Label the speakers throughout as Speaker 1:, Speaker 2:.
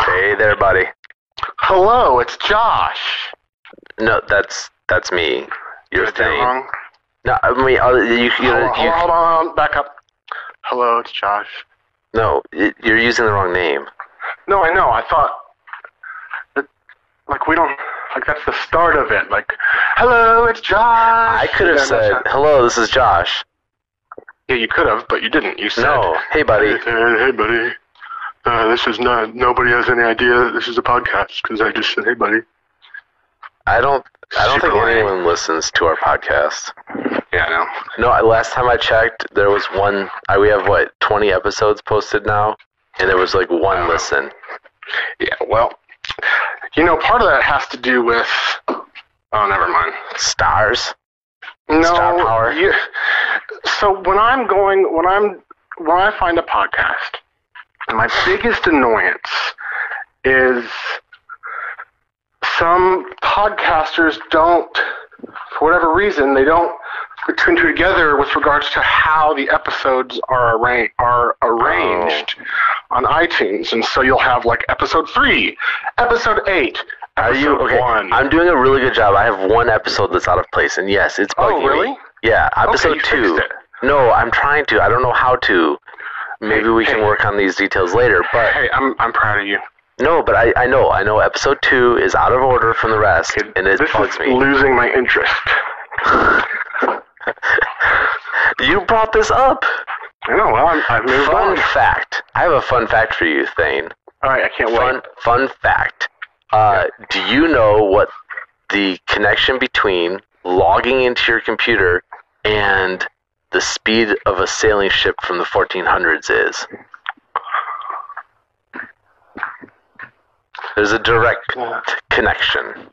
Speaker 1: Hey there, buddy.
Speaker 2: Hello, it's Josh.
Speaker 1: No, that's that's me. Your
Speaker 2: Did I do it
Speaker 1: thing.
Speaker 2: wrong?
Speaker 1: No, I mean uh, you. you,
Speaker 2: Hold on,
Speaker 1: you
Speaker 2: hold on, hold on, back up. Hello, it's Josh.
Speaker 1: no, y- you're using the wrong name.
Speaker 2: No, I know. I thought that, like, we don't, like, that's the start of it. Like, hello, it's Josh.
Speaker 1: I could have
Speaker 2: Ah, Yeah,
Speaker 1: said,
Speaker 2: that's not-
Speaker 1: "Hello, this is Josh."
Speaker 2: yeah, you could have, but you didn't. You said,
Speaker 1: No, hey, buddy.
Speaker 2: Hey, hey, hey, buddy. Uh, this is not. Nobody has any idea that this is a podcast because I just said, "Hey, buddy."
Speaker 1: I don't. I don't think
Speaker 2: Super lame.
Speaker 1: anyone listens to our podcast.
Speaker 2: Yeah, I know.
Speaker 1: No, I- last time I checked, there was one. I, we have what twenty episodes posted now, and there was like one
Speaker 2: Wow.
Speaker 1: listen.
Speaker 2: Yeah, well, you know, part of that has to do with. Oh, never mind.
Speaker 1: Stars.
Speaker 2: No.
Speaker 1: Star power.
Speaker 2: You, so when I'm going, when I'm when I find a podcast, my biggest annoyance is some podcasters don't, for whatever reason, they don't put two and two together with regards to how the episodes are arranged are arranged
Speaker 1: Oh.
Speaker 2: on iTunes, and so you'll have like episode three, episode eight, episode
Speaker 1: Are you okay?
Speaker 2: one.
Speaker 1: I'm doing a really good job. I have one episode that's out of place, and yes, it's
Speaker 2: oh,
Speaker 1: bugging me.
Speaker 2: really?
Speaker 1: Yeah, episode
Speaker 2: you fixed
Speaker 1: two.
Speaker 2: it.
Speaker 1: No, I'm trying to. I don't know how to. Maybe
Speaker 2: Hey,
Speaker 1: we can
Speaker 2: hey.
Speaker 1: work on these details later. But
Speaker 2: Hey, I'm I'm proud of you.
Speaker 1: no, but I, I know I know episode two is out of order from the rest,
Speaker 2: It-
Speaker 1: and it
Speaker 2: this
Speaker 1: bugs
Speaker 2: is
Speaker 1: me.
Speaker 2: losing my interest.
Speaker 1: you brought this up.
Speaker 2: I know. Well, I'm, I've moved
Speaker 1: Fun
Speaker 2: on.
Speaker 1: fact. I have a fun fact for you, Thane.
Speaker 2: All right, I can't
Speaker 1: Fun
Speaker 2: wait.
Speaker 1: fun fact. Uh, do you know what the connection between logging into your computer and the speed of a sailing ship from the 1400s is? There's a direct
Speaker 2: Yeah.
Speaker 1: connection.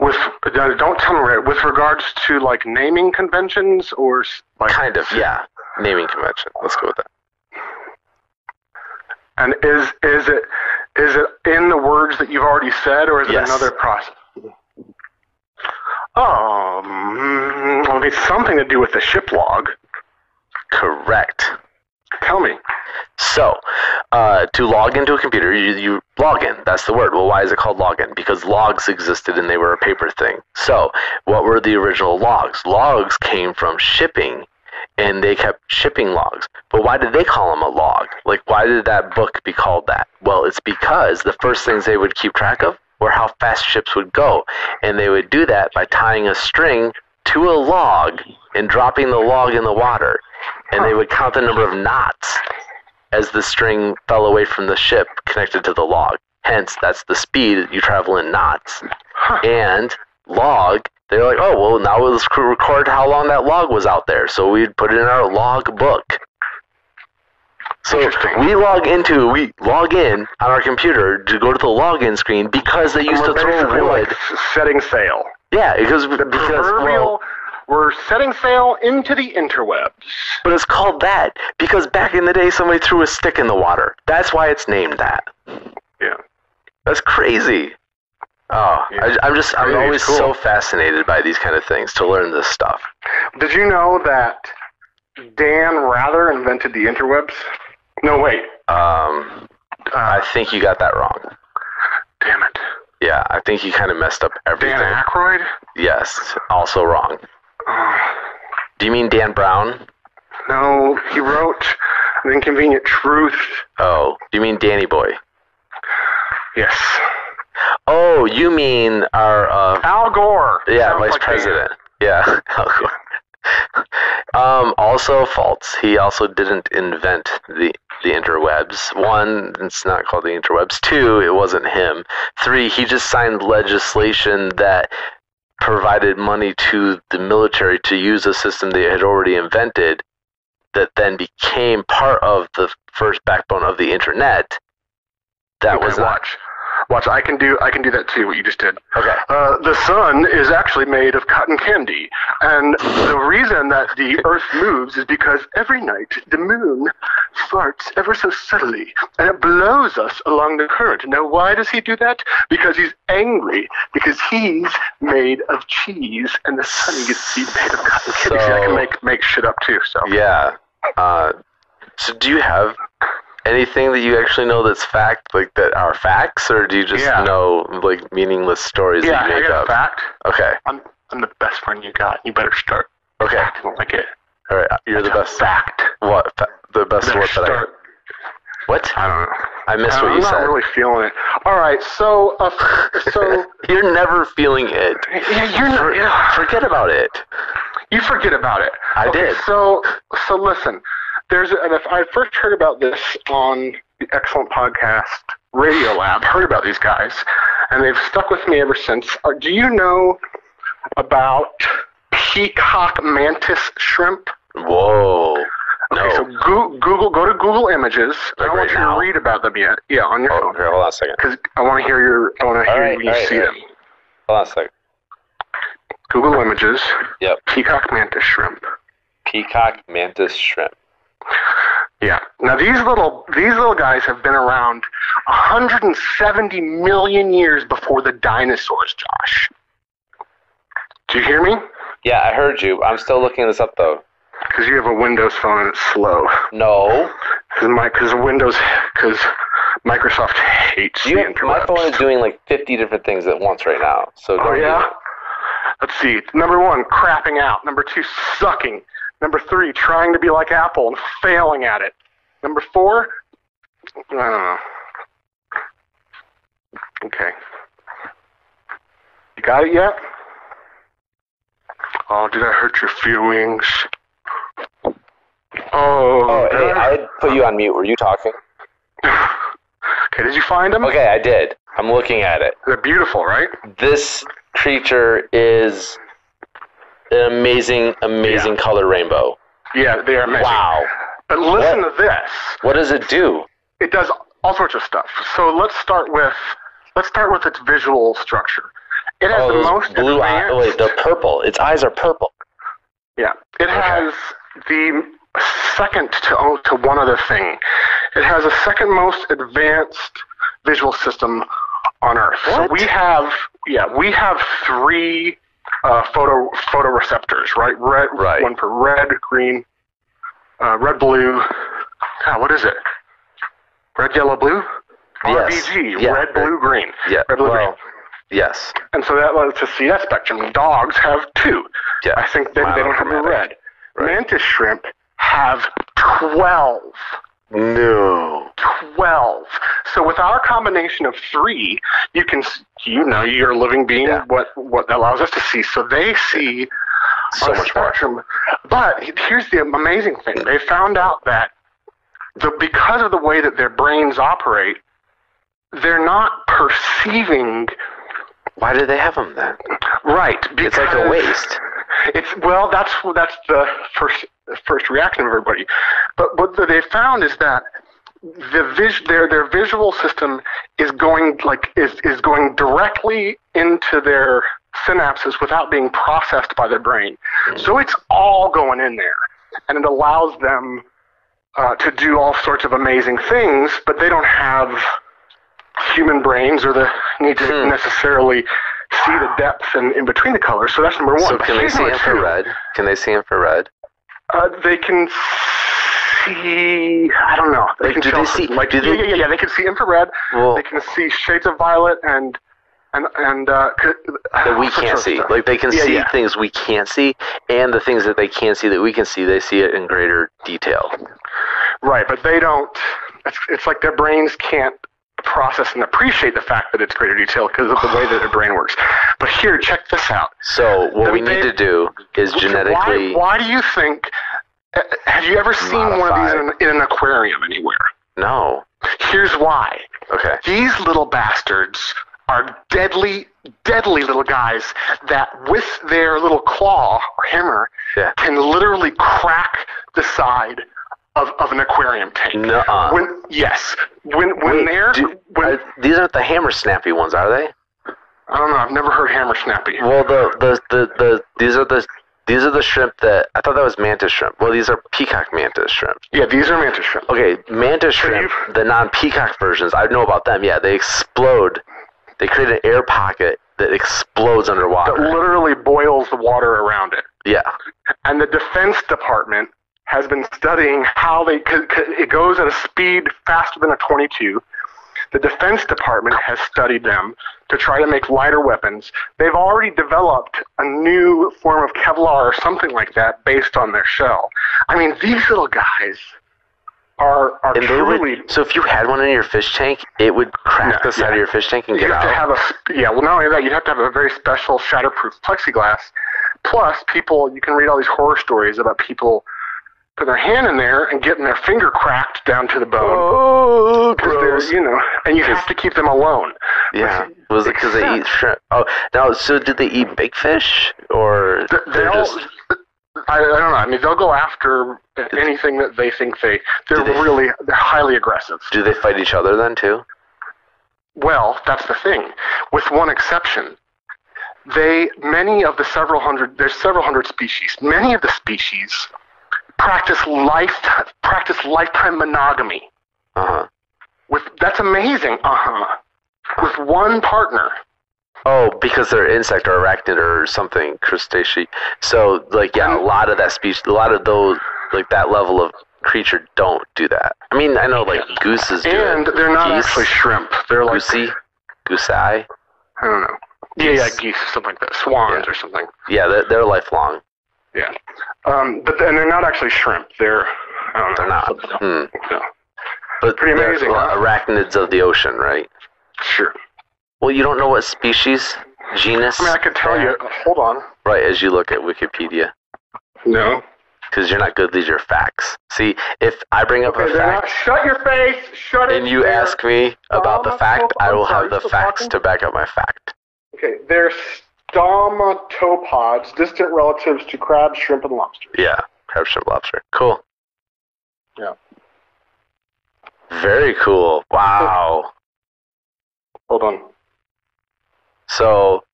Speaker 2: With uh, don't tell me right, with regards to like naming conventions or s- like
Speaker 1: Kind of, yeah. Naming convention. Let's go with that.
Speaker 2: And is is it is it in the words that you've already said, or is it
Speaker 1: Yes.
Speaker 2: another process? Oh, mm, well, it's something to do with the ship log.
Speaker 1: Correct.
Speaker 2: Tell me.
Speaker 1: So, uh, to log into a computer, you, you log in. That's the word. Well, why is it called login? Because logs existed and they were a paper thing. So, what were the original logs? Logs came from shipping, and they kept shipping logs. But why did they call them a log? Like, why did that book be called that? Well, it's because the first things they would keep track of were how fast ships would go, and they would do that by tying a string to a log and dropping the log in the water. And they would count the number of knots as the string fell away from the ship connected to the log. Hence, that's the speed you travel in knots.
Speaker 2: Huh.
Speaker 1: And log, they're like, oh, well, now we'll just record how long that log was out there. So we'd put it in our log book. So
Speaker 2: Interesting.
Speaker 1: we log into, we log in on our computer to go to the login screen because they used
Speaker 2: We're
Speaker 1: to
Speaker 2: basically
Speaker 1: throw
Speaker 2: like
Speaker 1: wood.
Speaker 2: s- setting sail.
Speaker 1: Yeah, because, because well,
Speaker 2: Proverbial. we're setting sail into the interwebs.
Speaker 1: But it's called that because back in the day somebody threw a stick in the water. That's why it's named that.
Speaker 2: Yeah.
Speaker 1: That's crazy. Oh,
Speaker 2: Yeah.
Speaker 1: I, I'm just I'm
Speaker 2: Crazy,
Speaker 1: always
Speaker 2: cool.
Speaker 1: so fascinated by these kind of things to learn this stuff.
Speaker 2: Did you know that Dan Rather invented the interwebs? No, wait.
Speaker 1: Um,
Speaker 2: Uh,
Speaker 1: I think you got that wrong.
Speaker 2: damn it.
Speaker 1: Yeah, I think you kind of messed up everything.
Speaker 2: Dan Aykroyd?
Speaker 1: Yes, also wrong.
Speaker 2: Uh,
Speaker 1: Do you mean Dan Brown?
Speaker 2: no, he wrote An Inconvenient Truth.
Speaker 1: Oh, do you mean Danny Boy?
Speaker 2: Yes.
Speaker 1: Oh, you mean our uh,
Speaker 2: Al Gore.
Speaker 1: Yeah,
Speaker 2: Sounds
Speaker 1: vice
Speaker 2: like Dan.
Speaker 1: president. Yeah. Al Gore. um, also false. He also didn't invent the the interwebs. One, it's not called the interwebs. Two, it wasn't him. Three, he just signed legislation that provided money to the military to use a system they had already invented that then became part of the first backbone of the internet. That
Speaker 2: Okay,
Speaker 1: was uh, not
Speaker 2: watch. Watch, I can do I can do that too, what you just did.
Speaker 1: okay.
Speaker 2: Uh, the sun is actually made of cotton candy, and the reason that the Earth moves is because every night the moon farts ever so subtly, and it blows us along the current. Now, why does he do that? Because he's angry, because he's made of cheese, and the sun gets to be made of cotton candy. See, I
Speaker 1: So-
Speaker 2: can make make shit up too. So
Speaker 1: Yeah. Uh, so do you have anything that you actually know that's fact, like that are facts, or do you just
Speaker 2: Yeah.
Speaker 1: know like meaningless stories
Speaker 2: yeah,
Speaker 1: that you
Speaker 2: I
Speaker 1: make
Speaker 2: got a
Speaker 1: up?
Speaker 2: fact.
Speaker 1: Okay.
Speaker 2: I'm I'm the best friend you got. You better start
Speaker 1: Okay.
Speaker 2: acting like it.
Speaker 1: All right. You're the
Speaker 2: That's
Speaker 1: best.
Speaker 2: a fact.
Speaker 1: What? Fa- the best
Speaker 2: Better
Speaker 1: what that I
Speaker 2: start.
Speaker 1: what?
Speaker 2: I don't know.
Speaker 1: I missed
Speaker 2: I
Speaker 1: what
Speaker 2: am
Speaker 1: you
Speaker 2: not
Speaker 1: said.
Speaker 2: really feeling it. All right, so uh, so
Speaker 1: You're never feeling it.
Speaker 2: yeah, you're not,
Speaker 1: For-
Speaker 2: yeah,
Speaker 1: Forget about it.
Speaker 2: you forget about it.
Speaker 1: I
Speaker 2: Okay,
Speaker 1: did.
Speaker 2: So so listen, there's and if I first heard about this on the excellent podcast Radio Lab. Heard about these guys, and they've stuck with me ever since. Uh, do you know about peacock mantis shrimp?
Speaker 1: Whoa. Oh, No.
Speaker 2: Okay, so Goo- Google, go to Google Images. I
Speaker 1: Like
Speaker 2: don't want
Speaker 1: right
Speaker 2: you
Speaker 1: now?
Speaker 2: to read about them yet. Yeah, on your
Speaker 1: oh,
Speaker 2: phone.
Speaker 1: here, hold on a second.
Speaker 2: 'Cause phone, because I want to hear your, I want to hear
Speaker 1: right,
Speaker 2: when you
Speaker 1: all right,
Speaker 2: see
Speaker 1: all
Speaker 2: them.
Speaker 1: right. Hold on a second.
Speaker 2: Google Images,
Speaker 1: Yep.
Speaker 2: peacock mantis shrimp.
Speaker 1: Peacock mantis shrimp.
Speaker 2: Yeah. Now these little these little guys have been around 170 million years before the dinosaurs, Josh. Do you hear me?
Speaker 1: Yeah, I heard you. I'm still looking this up though.
Speaker 2: Because you have a Windows phone and it's slow.
Speaker 1: No.
Speaker 2: Because my because Windows because Microsoft hates
Speaker 1: You,
Speaker 2: the
Speaker 1: my
Speaker 2: interrupts.
Speaker 1: phone is doing like 50 different things at once right now. So
Speaker 2: Oh
Speaker 1: don't do
Speaker 2: yeah.
Speaker 1: that.
Speaker 2: Let's see. Number one, crapping out. Number two, sucking. Number three, trying to be like Apple and failing at it. Number four, I don't know. Okay. You got it yet? Oh, did I hurt your feelings?
Speaker 1: Oh,
Speaker 2: Oh.
Speaker 1: hey,
Speaker 2: did I-
Speaker 1: I put you on mute. Were you talking?
Speaker 2: okay. Did you find them?
Speaker 1: Okay, I did. I'm looking at it.
Speaker 2: They're beautiful, right?
Speaker 1: This creature is an amazing, amazing color rainbow.
Speaker 2: Yeah, they are amazing.
Speaker 1: Wow.
Speaker 2: But listen to this.
Speaker 1: What does it do?
Speaker 2: it does all sorts of stuff. So let's start with let's start with its visual structure. It has
Speaker 1: Oh,
Speaker 2: the
Speaker 1: those
Speaker 2: most
Speaker 1: blue eyes.
Speaker 2: advanced,
Speaker 1: Wait, they're purple. Its eyes are purple.
Speaker 2: yeah. It has the second to oh, to one other thing. It has the second most advanced visual system on Earth.
Speaker 1: What?
Speaker 2: So we have yeah we have three uh, photo photoreceptors right red
Speaker 1: Right.
Speaker 2: one for red green uh, red blue God, what is it red yellow blue
Speaker 1: Yes.
Speaker 2: RBG
Speaker 1: Yeah.
Speaker 2: red blue green
Speaker 1: Yeah.
Speaker 2: red blue green
Speaker 1: Well, yes.
Speaker 2: and so that lets us see that spectrum. Dogs have two.
Speaker 1: Yeah,
Speaker 2: I think they, they don't have the
Speaker 1: monochromatic.
Speaker 2: red.
Speaker 1: Right.
Speaker 2: Mantis shrimp have 12.
Speaker 1: No.
Speaker 2: 12. So with our combination of three, you can, s- you know, you're a living being,
Speaker 1: Yeah.
Speaker 2: what, what allows us to see. So they see
Speaker 1: So
Speaker 2: on a
Speaker 1: much more.
Speaker 2: spectrum. But here's the amazing thing. They found out that the, because of the way that their brains operate, they're not perceiving
Speaker 1: Why do they have them then?
Speaker 2: right. Because
Speaker 1: It's like a waste.
Speaker 2: It's well, that's that's the first first reaction of everybody. But what they found is that the vis- their their visual system is going like is is going directly into their synapses without being processed by their brain. So it's all going in there, and it allows them uh, to do all sorts of amazing things. But they don't have human brains or the need to
Speaker 1: Hmm.
Speaker 2: necessarily see the depth and in between the colors. So that's number one.
Speaker 1: So
Speaker 2: But
Speaker 1: can they
Speaker 2: here's
Speaker 1: see
Speaker 2: number two.
Speaker 1: infrared? Can they see infrared?
Speaker 2: Uh, they can see. I don't know. They
Speaker 1: Like,
Speaker 2: can
Speaker 1: do
Speaker 2: tell
Speaker 1: they
Speaker 2: some-
Speaker 1: see-
Speaker 2: Like,
Speaker 1: do
Speaker 2: yeah,
Speaker 1: they- Oh.
Speaker 2: yeah, yeah, yeah. They can see infrared.
Speaker 1: Well,
Speaker 2: They can see shades of violet and and and uh, c-
Speaker 1: that we
Speaker 2: all sorts
Speaker 1: can't
Speaker 2: of
Speaker 1: see.
Speaker 2: stuff.
Speaker 1: Like they can
Speaker 2: Yeah,
Speaker 1: see
Speaker 2: yeah.
Speaker 1: things we can't see, and the things that they can't see that we can see, they see it in greater detail.
Speaker 2: Right, but they don't. It's, it's like their brains can't process and appreciate the fact that it's greater detail because of the way that their brain works. But here, check this out.
Speaker 1: So what
Speaker 2: Then
Speaker 1: we
Speaker 2: they-
Speaker 1: need to do is
Speaker 2: So
Speaker 1: genetically.
Speaker 2: Why, why do you think? uh, Have you ever seen one of these in, in an aquarium anywhere?
Speaker 1: No.
Speaker 2: Here's why.
Speaker 1: Okay.
Speaker 2: These little bastards are deadly, deadly little guys that, with their little claw or hammer,
Speaker 1: Yeah.
Speaker 2: can literally crack the side of, of an aquarium tank.
Speaker 1: Nuh-uh.
Speaker 2: When yes, when
Speaker 1: Wait,
Speaker 2: when they're
Speaker 1: do-
Speaker 2: when
Speaker 1: are- these aren't the hammer snappy ones, are they?
Speaker 2: I don't know. I've never heard hammer snappy.
Speaker 1: Well, the the the, the these are the. These are the shrimp that I thought that was mantis shrimp. Well, these are peacock mantis shrimp.
Speaker 2: Yeah, these are mantis shrimp.
Speaker 1: Okay, mantis shrimp,
Speaker 2: you've-
Speaker 1: the non-peacock versions. I know about them. Yeah, they explode. They create an air pocket that explodes
Speaker 2: That
Speaker 1: underwater.
Speaker 2: literally boils the water around it.
Speaker 1: Yeah.
Speaker 2: And the Defense Department has been studying how they c- c- it goes at a speed faster than a 22. The Defense Department has studied them to try to make lighter weapons. They've already developed a new form of Kevlar or something like that based on their shell. I mean, these little guys are are
Speaker 1: And they
Speaker 2: truly.
Speaker 1: would, so if you had one in your fish tank, it would crack
Speaker 2: No,
Speaker 1: the side of
Speaker 2: yeah.
Speaker 1: your fish tank and get
Speaker 2: you have to
Speaker 1: out.
Speaker 2: have a sp- yeah. Well, not only that, you'd have to have a very special shatterproof plexiglass. Plus, people you can read all these horror stories about people putting their hand in there and getting their finger cracked down to the bone.
Speaker 1: Oh,
Speaker 2: 'Cause they're, you know, and you have to keep them alone.
Speaker 1: Yeah, was it because they eat shrimp? Oh, now so did they eat big fish or
Speaker 2: Th-
Speaker 1: they're
Speaker 2: They'll,
Speaker 1: just
Speaker 2: I, I don't know. I mean, they'll go after anything that they think they they're
Speaker 1: they-
Speaker 2: really they're highly aggressive.
Speaker 1: do they fight each other then too?
Speaker 2: Well, that's the thing, with one exception. They, many of the several hundred, there's several hundred species. Many of the species practice life, practice lifetime monogamy.
Speaker 1: Uh huh.
Speaker 2: With that's amazing. Uh huh. With one partner.
Speaker 1: Oh, because they're insect or arachnid or something crustacean. So like yeah, a lot of that species, a lot of those like that level of creature don't do that. I mean, I know like gooses do
Speaker 2: And
Speaker 1: it.
Speaker 2: they're not
Speaker 1: Geese?
Speaker 2: actually shrimp. They're like
Speaker 1: Goosey, goose eye.
Speaker 2: I don't know. Yeah, yeah, geese, something like that. Swans
Speaker 1: Yeah.
Speaker 2: or something.
Speaker 1: Yeah, they're, they're lifelong.
Speaker 2: Yeah. Um, but and they're not actually shrimp. They're I don't know.
Speaker 1: They're not.
Speaker 2: something
Speaker 1: Hmm.
Speaker 2: else. No.
Speaker 1: But
Speaker 2: Pretty
Speaker 1: they're
Speaker 2: amazing, huh?
Speaker 1: arachnids of the ocean, right?
Speaker 2: Sure.
Speaker 1: Well, you don't know what species, genus.
Speaker 2: I mean, I could tell you. Hold on.
Speaker 1: Right as you look at Wikipedia,
Speaker 2: No.
Speaker 1: because you're not good. These are facts. See, if I bring up a
Speaker 2: Okay, they're
Speaker 1: fact
Speaker 2: not- shut your face. Shut it.
Speaker 1: and you
Speaker 2: They're-
Speaker 1: ask me about the fact, I will have the
Speaker 2: Still
Speaker 1: facts
Speaker 2: talking?
Speaker 1: to back up my fact.
Speaker 2: Okay, they're stomatopods, distant relatives to crab, shrimp, and lobster.
Speaker 1: Yeah, crab, shrimp, lobster. Cool.
Speaker 2: Yeah.
Speaker 1: Very cool. Wow.
Speaker 2: Hold on.
Speaker 1: So,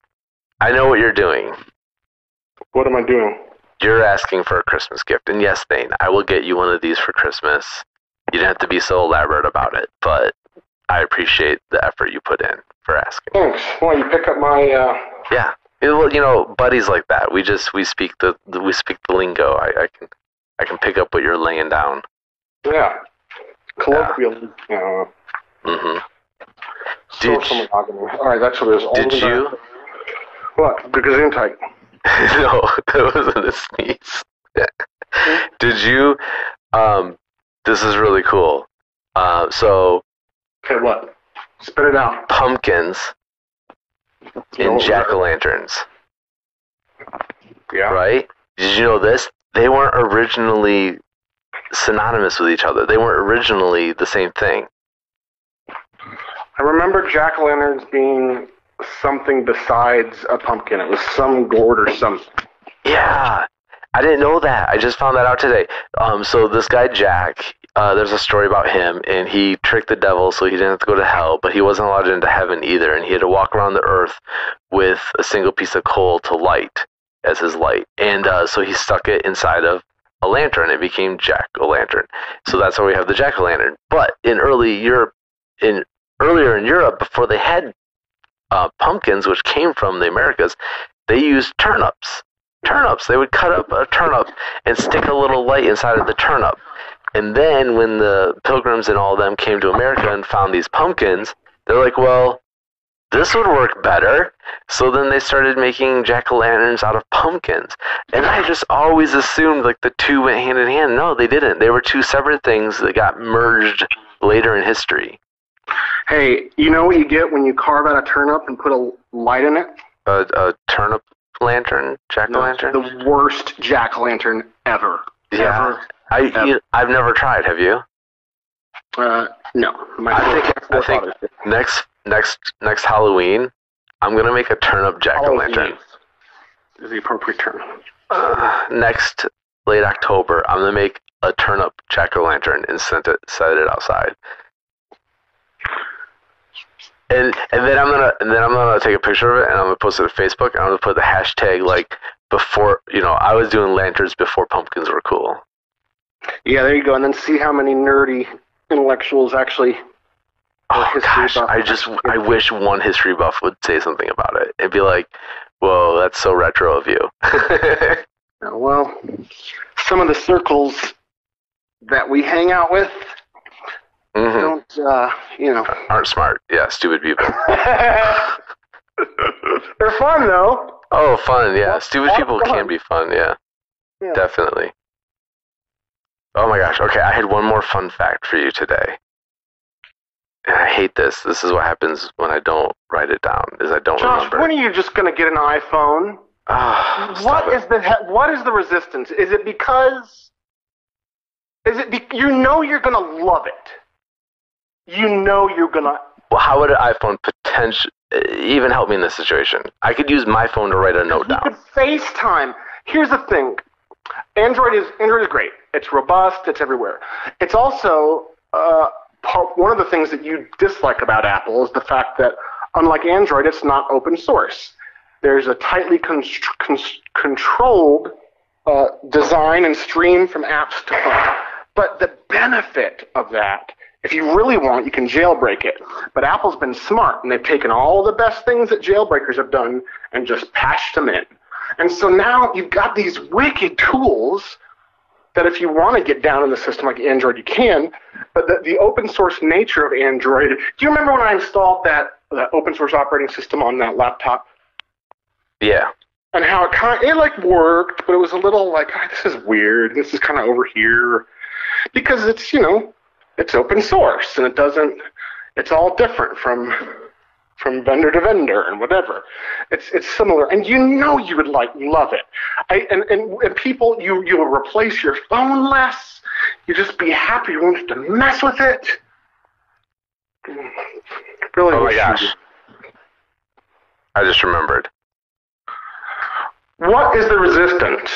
Speaker 1: I know what you're doing.
Speaker 2: What am I doing?
Speaker 1: You're asking for a Christmas gift, and yes, Thane, I will get you one of these for Christmas. You don't have to be so elaborate about it, but I appreciate the effort you put in for asking.
Speaker 2: Thanks. Well, you pick up my. Uh,
Speaker 1: Yeah. Yeah, Well, you know, buddies like that. We just we speak the, the we speak the lingo. I, I can I can pick up what you're laying down.
Speaker 2: yeah. Colloquial. Uh,
Speaker 1: hmm Ah. Did
Speaker 2: social
Speaker 1: you-
Speaker 2: monogamy. All right, that's what it is. All
Speaker 1: Did
Speaker 2: the-
Speaker 1: you?
Speaker 2: What? Because intake.
Speaker 1: no, it wasn't a sneeze. Did you? Um, this is really cool. Uh, so
Speaker 2: Okay, what? Spit it out.
Speaker 1: pumpkins
Speaker 2: No,
Speaker 1: and jack o' lanterns,
Speaker 2: Yeah.
Speaker 1: right? Did you know this? They weren't originally synonymous with each other. They weren't originally the same thing.
Speaker 2: I remember jack o' lanterns being something besides a pumpkin. It was some gourd or something.
Speaker 1: Yeah, I didn't know that. I just found that out today. Um, so this guy Jack, uh, there's a story about him, and he tricked the devil so he didn't have to go to hell, but he wasn't allowed into heaven either, and he had to walk around the earth with a single piece of coal to light as his light, and uh, so he stuck it inside of a lantern. It became Jack o' lantern. So that's why we have the jack o' lantern. But in early Europe, in earlier in Europe, before they had uh, pumpkins, which came from the Americas, they used turnips turnips. They would cut up a turnip and stick a little light inside of the turnip. And then when the pilgrims and all of them came to America and found these pumpkins, they're like, well, this would work better. So then they started making jack o' lanterns out of pumpkins. And I just always assumed like the two went hand in hand. No, they didn't. They were two separate things that got merged later in history.
Speaker 2: Hey, you know what you get when you carve out a turnip and put a light in it?
Speaker 1: A, a turnip lantern, jack o' lantern?
Speaker 2: The worst jack o' lantern ever.
Speaker 1: yeah.
Speaker 2: Ever.
Speaker 1: I, you- I've never tried, have you?
Speaker 2: Uh, no. My
Speaker 1: I think-
Speaker 2: forefathers
Speaker 1: I think-
Speaker 2: did.
Speaker 1: next next next Halloween, I'm gonna make a turnip jack o' lantern.
Speaker 2: Is the appropriate term.
Speaker 1: Uh, next late October, I'm gonna make a turnip jack o' lantern and send it set it outside. And and then I'm gonna and then I'm gonna take a picture of it and I'm gonna post it to Facebook and I'm gonna put the hashtag like before you know I was doing lanterns before pumpkins were cool.
Speaker 2: Yeah, there you go. And then see how many nerdy intellectuals actually.
Speaker 1: Oh
Speaker 2: history
Speaker 1: gosh,
Speaker 2: buff.
Speaker 1: I just I wish one history buff would say something about it and be like, "Whoa, that's so retro of you."
Speaker 2: oh, Well, some of the circles
Speaker 3: that we hang out with
Speaker 1: hmm
Speaker 3: don't, uh, you know.
Speaker 1: Aren't smart. Yeah, stupid people.
Speaker 2: They're fun though.
Speaker 1: Oh, fun. Yeah, stupid
Speaker 2: what
Speaker 1: people
Speaker 2: fun.
Speaker 1: can be fun. Yeah,
Speaker 2: Yeah.
Speaker 1: definitely. Oh my gosh. Okay, I had one more fun fact for you today. And I hate this. This is what happens when I don't write it down. Is I don't
Speaker 2: Josh,
Speaker 1: remember.
Speaker 2: when are you just gonna get an iPhone?
Speaker 1: Ah, stop
Speaker 2: What
Speaker 1: it.
Speaker 2: is the he- what is the resistance? Is it because is it be- you know you're gonna love it? You know you're gonna.
Speaker 1: Well, how would an iPhone potential eh, even help me in this situation? I could use my phone to write a note
Speaker 2: You could
Speaker 1: down.
Speaker 2: FaceTime. Here's the thing, Android is Android is great. It's robust. It's everywhere. It's also uh, part, one of the things that you dislike about Apple is the fact that unlike Android, it's not open source. There's a tightly constr- cons- controlled uh, design and stream from apps to phone. But the benefit of that, if you really want, you can jailbreak it. But Apple's been smart and they've taken all the best things that jailbreakers have done and just patched them in. And so now you've got these wicked tools that if you want to get down in the system like Android, you can. But the, the open source nature of Android. Do you remember when I installed that, that open source operating system on that laptop?
Speaker 1: Yeah.
Speaker 2: and how it kind it like worked, but it was a little like "Ah, this is weird. This is kind of over here because it's you know it's open source and it doesn't it's all different from from vendor to vendor and whatever. It's it's similar, and you know you would like love it. I and and, and people you you will replace your phone less. You just be happy. You won't have to mess with it. Mm. Really?
Speaker 1: Oh my
Speaker 2: wish you
Speaker 1: gosh. I just remembered.
Speaker 2: did. What is the resistance?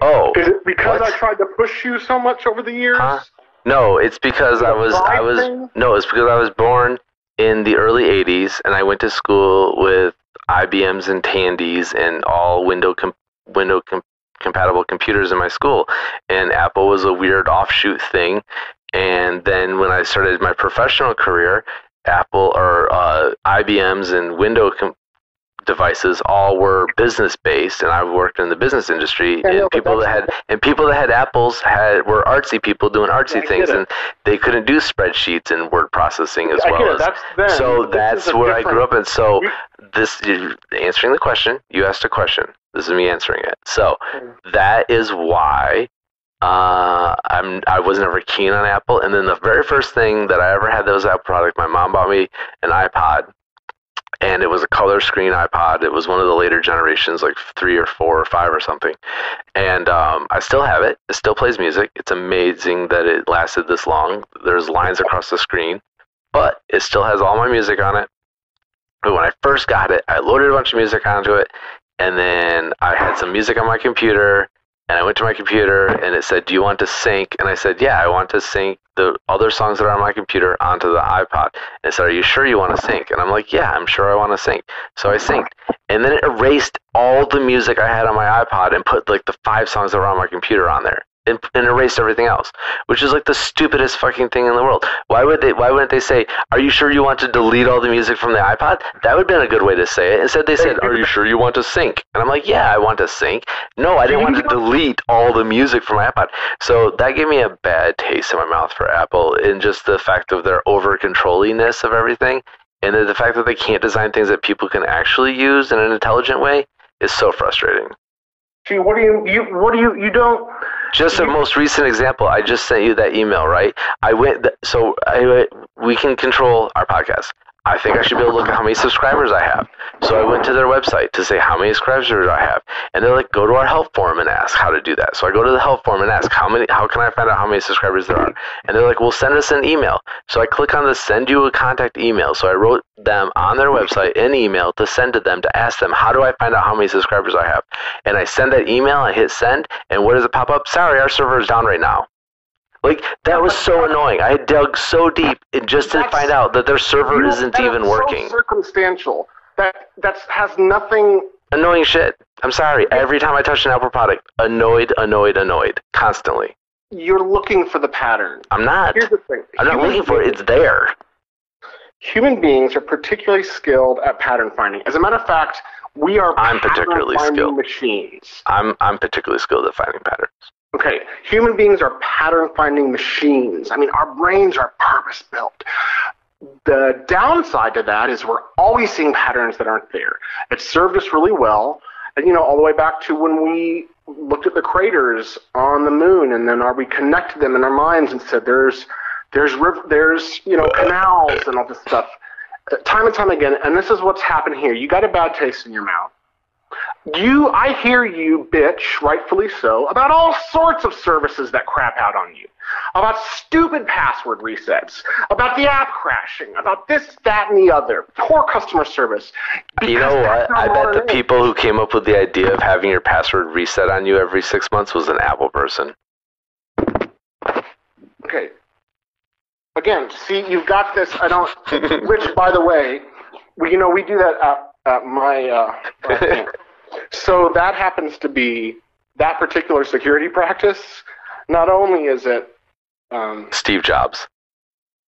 Speaker 1: Oh.
Speaker 2: Is it because
Speaker 1: What?
Speaker 2: I tried to push you so much over the years?
Speaker 1: Huh? No, it's because I was I
Speaker 2: pride
Speaker 1: was
Speaker 2: thing?
Speaker 1: no, it's because I was born in the early '80s, and I went to school with IBMs and Tandy's and all window com- window com- compatible computers in my school, and Apple was a weird offshoot thing. And then when I started my professional career, Apple or uh, IBMs and window com- devices all were business based and I worked in the business industry
Speaker 2: I know,
Speaker 1: and
Speaker 2: but
Speaker 1: people that
Speaker 2: that's-
Speaker 1: had and people that had apples had were artsy people doing
Speaker 2: Yeah, I
Speaker 1: artsy
Speaker 2: get
Speaker 1: things
Speaker 2: it.
Speaker 1: and they couldn't do spreadsheets and word processing as
Speaker 2: I get
Speaker 1: well
Speaker 2: it.
Speaker 1: as
Speaker 2: That's then.
Speaker 1: so
Speaker 2: This is
Speaker 1: that's
Speaker 2: a
Speaker 1: where I
Speaker 2: different-
Speaker 1: grew up and so
Speaker 2: You-
Speaker 1: this answering the question you asked a question this is me answering it so
Speaker 2: Mm.
Speaker 1: that is why uh, I'm I was never keen on Apple and then the very first thing that I ever had that was Apple product my mom bought me an iPod and it was a color screen iPod. It was one of the later generations, like three or four or five or something. And um, I still have it. It still plays music. It's amazing that it lasted this long. There's lines across the screen, but it still has all my music on it. But when I first got it, I loaded a bunch of music onto it, and then I had some music on my computer. And I went to my computer and it said, Do you want to sync? And I said, Yeah, I want to sync the other songs that are on my computer onto the iPod. And it said, Are you sure you want to sync? And I'm like, Yeah, I'm sure I want to sync. So I synced. And then it erased all the music I had on my iPod and put like the five songs that were on my computer on there. And, and erased everything else, which is like the stupidest fucking thing in the world. Why would they? Why wouldn't they say, "Are you sure you want to delete all the music from the iPod?" That would have been a good way to say it. Instead, they said, "Are you sure you want to sync?" And I'm like, "Yeah, I want to sync." No, I didn't want to delete all the music from my iPod. So that gave me a bad taste in my mouth for Apple, and just the fact of their over controlliness of everything, and then the fact that they can't design things that people can actually use in an intelligent way is so frustrating.
Speaker 2: Gee, what do you, you, what do you, you don't,
Speaker 1: Just a
Speaker 2: You-
Speaker 1: most recent example. I just sent you that email, right? I went. Th- so I, went- we can control our podcast. I think I should be able to look at how many subscribers I have. So I went to their website to say how many subscribers I have, and they're like, "Go to our help forum and ask how to do that." So I go to the help forum and ask how many, how can I find out how many subscribers there are? And they're like, "Well, send us an email." So I click on the send you a contact email. So I wrote them on their website an email to send to them to ask them how do I find out how many subscribers I have. And I send that email, I hit send, and what does it pop up? Sorry, our server is down right now. Like that was so annoying. I dug so deep and just to
Speaker 2: That's-
Speaker 1: find out that their server
Speaker 2: you
Speaker 1: isn't
Speaker 2: that is
Speaker 1: even
Speaker 2: so
Speaker 1: working.
Speaker 2: circumstantial. That, that has nothing,
Speaker 1: Annoying shit. I'm sorry. Every time I touch an Apple product, annoyed, annoyed, annoyed, constantly.
Speaker 2: you're looking for the pattern.
Speaker 1: I'm not.
Speaker 2: Here's the thing.
Speaker 1: I'm not
Speaker 2: Human
Speaker 1: looking for it.
Speaker 2: beings-
Speaker 1: It's there.
Speaker 2: Human beings are particularly skilled at pattern finding. As a matter of fact, we are
Speaker 1: I'm particularly
Speaker 2: pattern finding
Speaker 1: skilled.
Speaker 2: machines.
Speaker 1: I'm I'm particularly skilled at finding patterns.
Speaker 3: Okay.
Speaker 2: Human beings are pattern finding machines. I mean, our brains are purpose built. The downside to that is we're always seeing patterns that aren't there. It served us really well. And, you know, all the way back to when we looked at the craters on the moon and then are we connected them in our minds and said, there's, there's, river, there's, you know, canals and all this stuff. Uh, Time and time again, and this is what's happened here. You got a bad taste in your mouth. You, I hear you, bitch, rightfully so, about all sorts of services that crap out on you, about stupid password resets, about the app crashing, about this, that, and the other, poor customer service.
Speaker 1: You know
Speaker 2: Because
Speaker 1: what?
Speaker 2: that's not
Speaker 1: I bet the
Speaker 2: modern age.
Speaker 1: people who came up with the idea of having your password reset on you every six months was an Apple person.
Speaker 2: Okay. Again, see, you've got this. I don't. which, by the way, we, you know, we do that at, at my. Uh, my thing. so that happens to be that particular security practice. Not only is it. Um,
Speaker 1: Steve Jobs.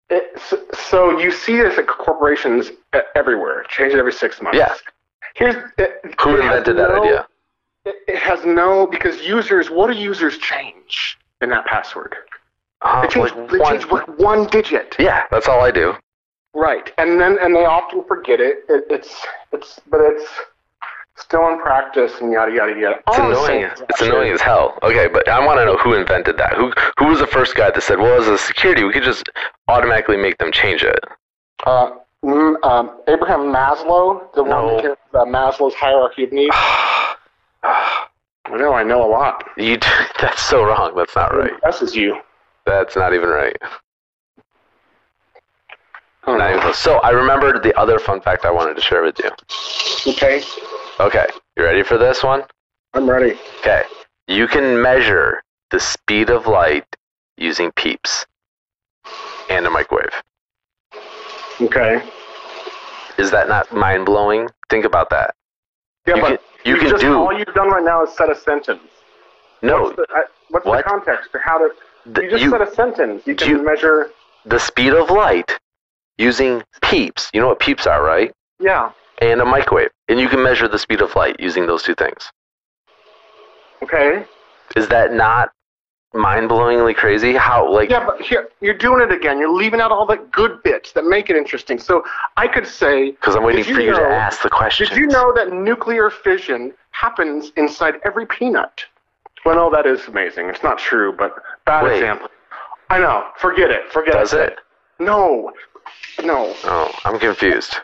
Speaker 2: It's, so you see this at corporations e- everywhere. Change it every six months.
Speaker 1: Yeah.
Speaker 2: Here's it,
Speaker 1: Who
Speaker 2: it has
Speaker 1: invented that
Speaker 2: no-
Speaker 1: idea?
Speaker 2: It, it has no because users. What do users change in that password?
Speaker 1: Uh,
Speaker 2: They change.
Speaker 1: like
Speaker 2: they
Speaker 1: one-
Speaker 2: change with one digit.
Speaker 1: yeah, that's all I do.
Speaker 2: Right. And then and they often forget it. it. It's it's but it's still in practice and yada yada yada. Oh,
Speaker 1: It's
Speaker 2: All I'm saying
Speaker 1: annoying.
Speaker 2: is
Speaker 1: It's
Speaker 2: that-
Speaker 1: annoying as hell. Okay, but I want to know who invented that. Who who was the first guy that said, "Well, as a security, we could just automatically make them change it."
Speaker 2: Uh, mm, um, Abraham Maslow, the
Speaker 1: No.
Speaker 2: one that came up with, uh, Maslow's hierarchy of needs. I know. I know a lot.
Speaker 1: you d- that's so wrong. That's not right.
Speaker 2: Impresses you.
Speaker 1: That's not even right.
Speaker 2: Oh,
Speaker 1: Not even close. So I remembered the other fun fact I wanted to share with you.
Speaker 2: Okay,
Speaker 1: Okay, you ready for this one?
Speaker 2: I'm ready.
Speaker 1: Okay, you can measure the speed of light using peeps and a microwave.
Speaker 2: Okay.
Speaker 1: Is that not mind blowing? Think about that.
Speaker 2: Yeah,
Speaker 1: you
Speaker 2: but
Speaker 1: can, you
Speaker 2: you
Speaker 1: can
Speaker 2: just,
Speaker 1: do
Speaker 2: all you've done right now is set a sentence.
Speaker 1: no
Speaker 2: What's the, I, what's
Speaker 1: What?
Speaker 2: the context for how to?
Speaker 1: th-
Speaker 2: You just
Speaker 1: you-
Speaker 2: set a sentence. You can
Speaker 1: you-
Speaker 2: measure.
Speaker 1: the speed of light using peeps. You know what peeps are, right?
Speaker 2: Yeah.
Speaker 1: And a microwave. And you can measure the speed of light using those two things.
Speaker 2: Okay.
Speaker 1: Is that not mind-blowingly crazy? How like
Speaker 2: Yeah, but here you're doing it again. You're leaving out all the good bits that make it interesting. So I could say.
Speaker 1: because I'm waiting
Speaker 2: did
Speaker 1: for you to
Speaker 2: know-
Speaker 1: ask the question.
Speaker 2: Did you know that nuclear fission happens inside every peanut? Well, no, that is amazing. It's not true, but bad
Speaker 1: Wait.
Speaker 2: example. I know. Forget it. Forget
Speaker 1: Does
Speaker 2: I said
Speaker 1: it?
Speaker 2: No. No.
Speaker 1: Oh, I'm confused.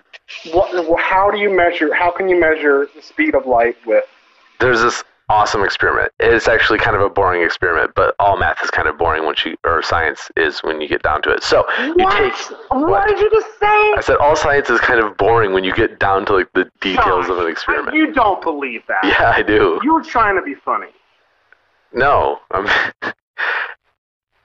Speaker 2: What, well, how do you measure? How can you measure the speed of light with?
Speaker 1: There's this awesome experiment. It's actually kind of a boring experiment, but all math is kind of boring once you or science is when you get down to it. So you take
Speaker 2: What, did you just say?
Speaker 1: I said all science is kind of boring when you get down to like the details of an experiment.
Speaker 2: You don't believe that.
Speaker 1: yeah, I do.
Speaker 2: You were trying to be funny.
Speaker 1: No, I'm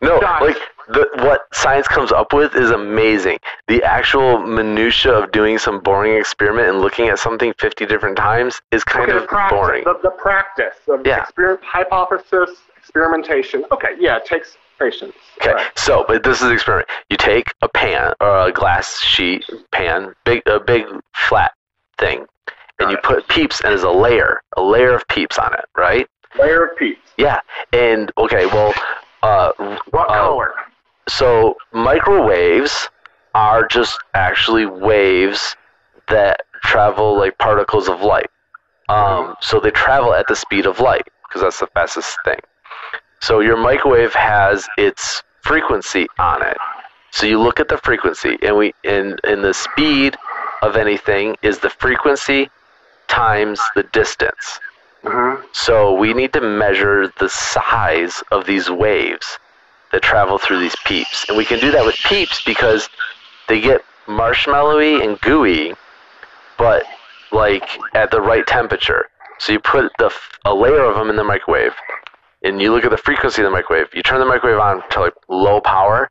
Speaker 1: no.
Speaker 2: Josh.
Speaker 1: Like the, what science comes up with is amazing. The actual minutia of doing some boring experiment and looking at something fifty different times is kind
Speaker 2: Okay,
Speaker 1: of boring.
Speaker 2: The, the practice of
Speaker 1: Yeah.
Speaker 2: exper- hypothesis experimentation. Okay, yeah, it takes patience.
Speaker 1: Okay,
Speaker 2: Right.
Speaker 1: so but this is the experiment. You take a pan or a glass sheet pan, big a big flat thing, and
Speaker 2: Got
Speaker 1: you
Speaker 2: it.
Speaker 1: put peeps and as a layer, a layer of peeps on it, right?
Speaker 2: Layer of peeps.
Speaker 1: Yeah, and okay, well, uh,
Speaker 2: What
Speaker 1: Uh,
Speaker 2: color?
Speaker 1: so microwaves are just actually waves that travel like particles of light. Um, so they travel at the speed of light because that's the fastest thing. So your microwave has its frequency on it. So you look at the frequency, and we and, and the speed of anything is the frequency times the distance.
Speaker 2: Uh-huh.
Speaker 1: So we need to measure the size of these waves that travel through these peeps. And we can do that with peeps because they get marshmallowy and gooey, but like at the right temperature. So you put the f- a layer of them in the microwave and you look at the frequency of the microwave. You turn the microwave on to like low power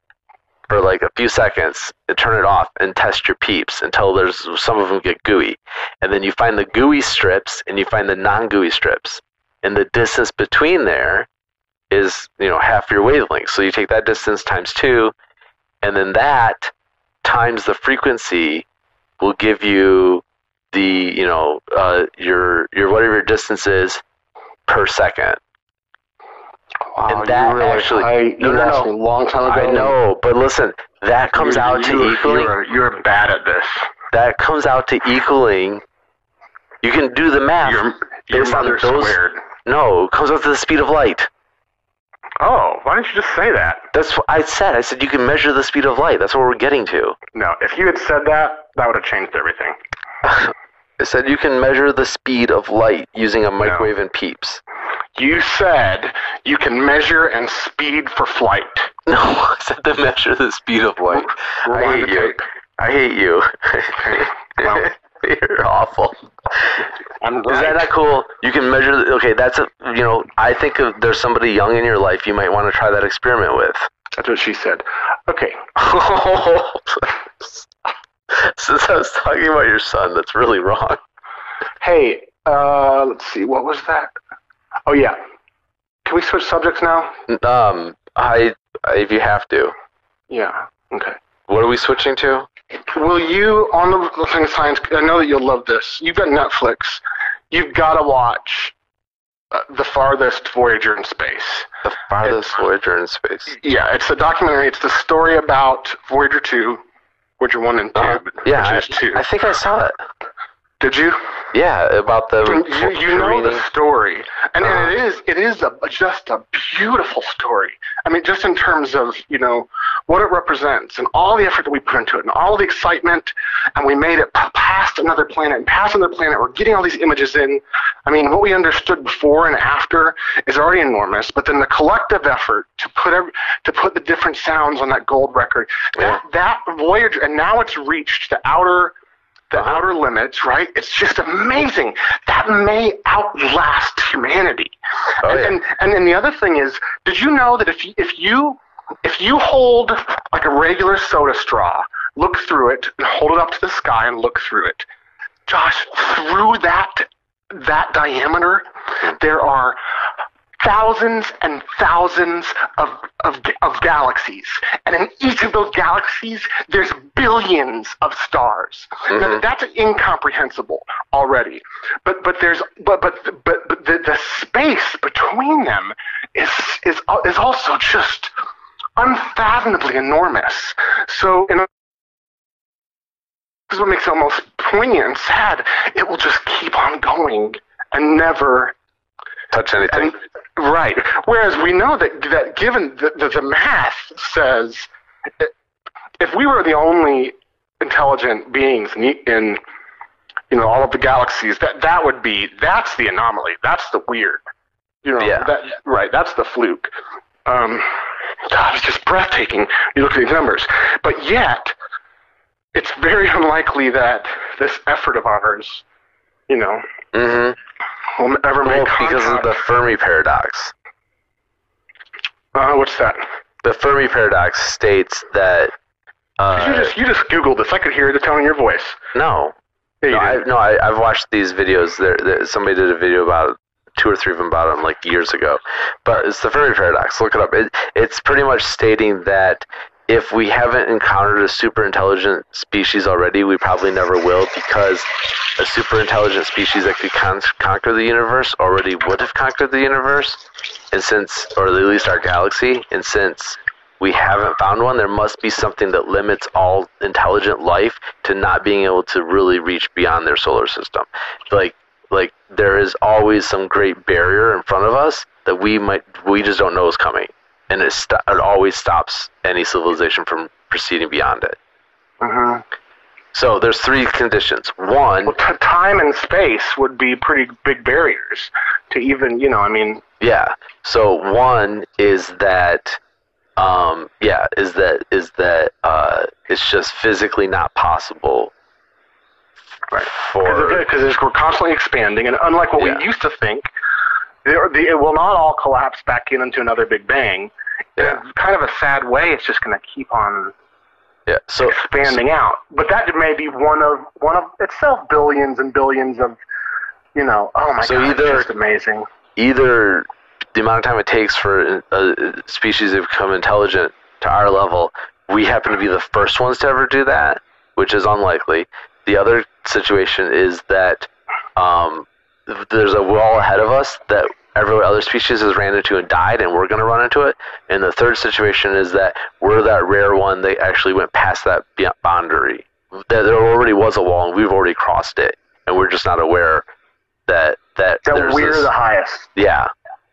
Speaker 1: for like a few seconds, and turn it off and test your peeps until there's some of them get gooey. And then you find the gooey strips and you find the non-gooey strips. And the distance between there is, you know, half your wavelength. So you take that distance times 2 and then that times the frequency will give you the, you know, uh, your your whatever your distance is per second.
Speaker 3: Wow,
Speaker 1: And that
Speaker 3: you really,
Speaker 1: actually-
Speaker 3: I, you
Speaker 1: no, no,
Speaker 3: lost
Speaker 1: no.
Speaker 3: me a long time ago.
Speaker 1: I know, but listen, that comes
Speaker 2: You-
Speaker 1: out to
Speaker 2: you-
Speaker 1: equaling
Speaker 2: You're, you're bad at this.
Speaker 1: that comes out to equaling. You can do the math.
Speaker 2: Your, your
Speaker 1: Based on
Speaker 2: mother
Speaker 1: those-
Speaker 2: squared.
Speaker 1: no, it comes out to the speed of light.
Speaker 2: Oh, why didn't you just say that?
Speaker 1: That's what I said. I said you can measure the speed of light. That's what we're getting to.
Speaker 2: No, if you had said that, that would have changed everything.
Speaker 1: I said you can measure the speed of light using a microwave and peeps.
Speaker 2: You said you can measure and speed for flight.
Speaker 1: No, I said to measure the speed of light. I
Speaker 2: Rewind
Speaker 1: hate
Speaker 2: the
Speaker 1: you.
Speaker 2: tape.
Speaker 1: I hate you.
Speaker 2: Well.
Speaker 1: You're awful.
Speaker 2: I'm
Speaker 1: Is
Speaker 2: right.
Speaker 1: that not cool? You can measure. The, okay, that's a. You know, I think if there's somebody young in your life you might want to try that experiment with.
Speaker 2: That's what she said. Okay.
Speaker 1: Since I was talking about your son, that's really wrong.
Speaker 2: Hey, uh, let's see. What was that? Oh yeah. Can we switch subjects now?
Speaker 1: Um, I if you have to.
Speaker 2: Yeah. Okay.
Speaker 1: What are we switching to?
Speaker 2: Will you on the looking at science? I know that you'll love this. You've got Netflix. You've got to watch uh, the farthest Voyager in space.
Speaker 1: The farthest Voyager in space.
Speaker 2: Yeah, it's a documentary. It's the story about Voyager two, Voyager one and 2
Speaker 1: Uh, yeah, I,
Speaker 2: which is two.
Speaker 1: I think I saw it.
Speaker 2: Did you?
Speaker 1: Yeah, about the
Speaker 2: you, you know the
Speaker 1: careening-
Speaker 2: story, and, and it
Speaker 1: Uh-huh.
Speaker 2: is it is a, just a beautiful story. I mean, just in terms of you know what it represents and all the effort that we put into it, and all the excitement, and we made it p- past another planet and past another planet. We're getting all these images in. I mean, what we understood before and after is already enormous, but then the collective effort to put every, to put the different sounds on that gold record, that that Voyager, and now it's reached the outer the
Speaker 1: Uh-huh.
Speaker 2: outer limits, right? It's just amazing. That may outlast humanity.
Speaker 1: Oh,
Speaker 2: and,
Speaker 1: yeah.
Speaker 2: and and then the other thing is, did you know that if you, if you if you hold like a regular soda straw, look through it and hold it up to the sky and look through it, Josh, through that that diameter,
Speaker 1: Hmm.
Speaker 2: there are thousands and thousands of, of, of galaxies. And in each of those galaxies, there's billions of stars. Now,
Speaker 1: Mhm.
Speaker 2: that's incomprehensible already. But, but there's, but, but, but, but the, the space between them is, is, is also just unfathomably enormous. So, in a this is what makes it almost poignant and sad. It will just keep on going and never
Speaker 1: touch anything.
Speaker 2: and, right. Whereas we know that that given the, the, the math says, i- if we were the only intelligent beings in, the- in you know all of the galaxies, that that would be that's the anomaly. That's the weird. You know,
Speaker 1: Yeah.
Speaker 2: that, right. That's the fluke. Um, God, it's just breathtaking. You look at these numbers, but yet it's very unlikely that this effort of ours, you know,
Speaker 1: mm-hmm.
Speaker 2: will ever
Speaker 1: Well,
Speaker 2: make
Speaker 1: because of
Speaker 2: contact.
Speaker 1: the Fermi paradox.
Speaker 2: uh, what's that?
Speaker 1: The Fermi paradox states that.
Speaker 2: Did
Speaker 1: Uh,
Speaker 2: you just you just Googled this. I could hear the tone in your voice.
Speaker 1: no,
Speaker 2: Yeah, you
Speaker 1: no, I,
Speaker 2: did.
Speaker 1: no I, I've watched these videos. There, there, somebody did a video about it, two or three of them about them like years ago. But it's the Fermi paradox. Look it up. It, it's pretty much stating that if we haven't encountered a super intelligent species already, we probably never will because a super intelligent species that could con- conquer the universe already would have conquered the universe. And since, or at least our galaxy, and since we haven't found one, there must be something that limits all intelligent life to not being able to really reach beyond their solar system. Like like there is always some great barrier in front of us that we might we just don't know is coming. And it, sto- it always stops any civilization from proceeding beyond it.
Speaker 2: Uh-huh.
Speaker 1: So there's three conditions. One,
Speaker 2: Well, t- time and space would be pretty big barriers to even you know. I mean,
Speaker 1: Yeah. So one is that, um, yeah, is that is that uh, it's just physically not possible.
Speaker 2: Right.
Speaker 1: For
Speaker 2: because we're constantly expanding, and unlike what
Speaker 1: Yeah.
Speaker 2: we used to think, there, the, it will not all collapse back in into another Big Bang.
Speaker 1: yeah,
Speaker 2: In kind of a sad way, it's just going to keep on
Speaker 1: yeah. So
Speaker 2: expanding out. But that may be one of one of itself billions and billions of you know. Oh my
Speaker 1: So
Speaker 2: god,
Speaker 1: either-
Speaker 2: it's just amazing.
Speaker 1: either the amount of time it takes for a species to become intelligent to our level, we happen to be the first ones to ever do that, which is unlikely. The other situation is that um, there's a wall ahead of us that Every other species has ran into and died, and we're going to run into it. And the third situation is that we're that rare one that actually went past that b- boundary. That there already was a wall, and we've already crossed it, and we're just not aware that that,
Speaker 4: That
Speaker 1: there's
Speaker 4: we're
Speaker 1: this-
Speaker 4: the highest.
Speaker 1: yeah.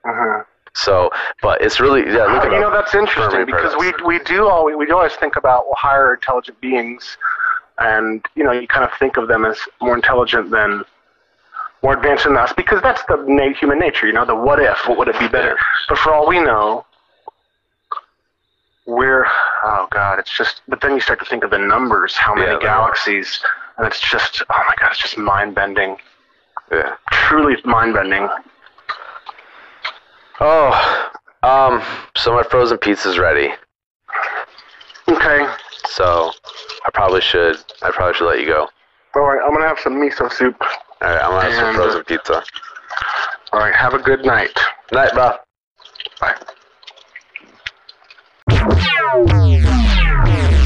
Speaker 4: Uh-huh.
Speaker 1: So, but it's really yeah. Look at
Speaker 2: you know
Speaker 1: that.
Speaker 2: that's interesting
Speaker 1: Fermi
Speaker 2: because we
Speaker 1: paradox.
Speaker 2: we do always we always think about well, higher intelligent beings, and you know you kind of think of them as more intelligent than more advanced than us because that's the na- human nature. You know the what if, what would it be better? But for all we know, we're oh god, it's just. But then you start to think of the numbers, how many
Speaker 1: Yeah, there are.
Speaker 2: galaxies, and it's just oh my god, it's just mind bending,
Speaker 1: Yeah.
Speaker 2: truly mind bending.
Speaker 1: Oh, um. So my frozen pizza's ready.
Speaker 2: Okay,
Speaker 1: So I probably should. I probably should let you go.
Speaker 2: all right, I'm gonna have some miso soup.
Speaker 1: All right, I'm gonna have some
Speaker 2: And-
Speaker 1: frozen pizza.
Speaker 2: All right, have a good night.
Speaker 1: Night, bro.
Speaker 2: Bye.
Speaker 5: Wow.